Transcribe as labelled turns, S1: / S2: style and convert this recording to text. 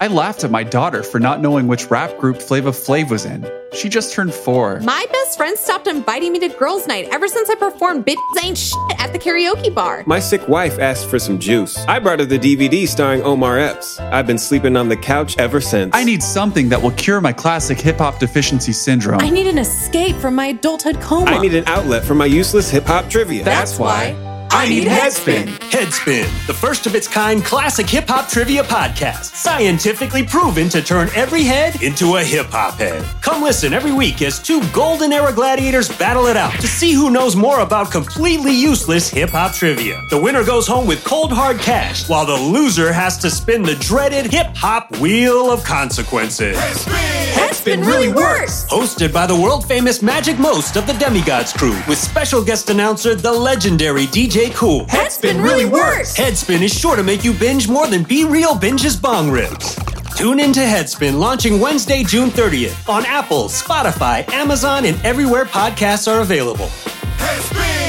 S1: I laughed at my daughter for not knowing which rap group Flava Flav was in. She just turned four.
S2: My best friend stopped inviting me to girls' night ever since I performed Bitches Ain't Shit at the karaoke bar.
S3: My sick wife asked for some juice. I brought her the DVD starring Omar Epps. I've been sleeping on the couch ever since.
S1: I need something that will cure my classic hip hop deficiency syndrome.
S2: I need an escape from my adulthood coma.
S3: I need an outlet for my useless hip hop trivia.
S1: That's, why.
S2: I need Headspin.
S4: Headspin, the first of its kind classic hip hop trivia podcast, scientifically proven to turn every head into a hip hop head. Come listen every week as two golden era gladiators battle it out to see who knows more about completely useless hip hop trivia. The winner goes home with cold hard cash, while the loser has to spin the dreaded hip hop wheel of consequences.
S2: Headspin really works.
S4: Hosted by the world famous Magic Most of the Demigods crew, with special guest announcer, the legendary DJ Cool.
S2: Headspin really works.
S4: Headspin is sure to make you binge more than Be Real binges bong ribs. Tune into Headspin launching Wednesday, June 30th on Apple, Spotify, Amazon, and everywhere podcasts are available.
S5: Headspin!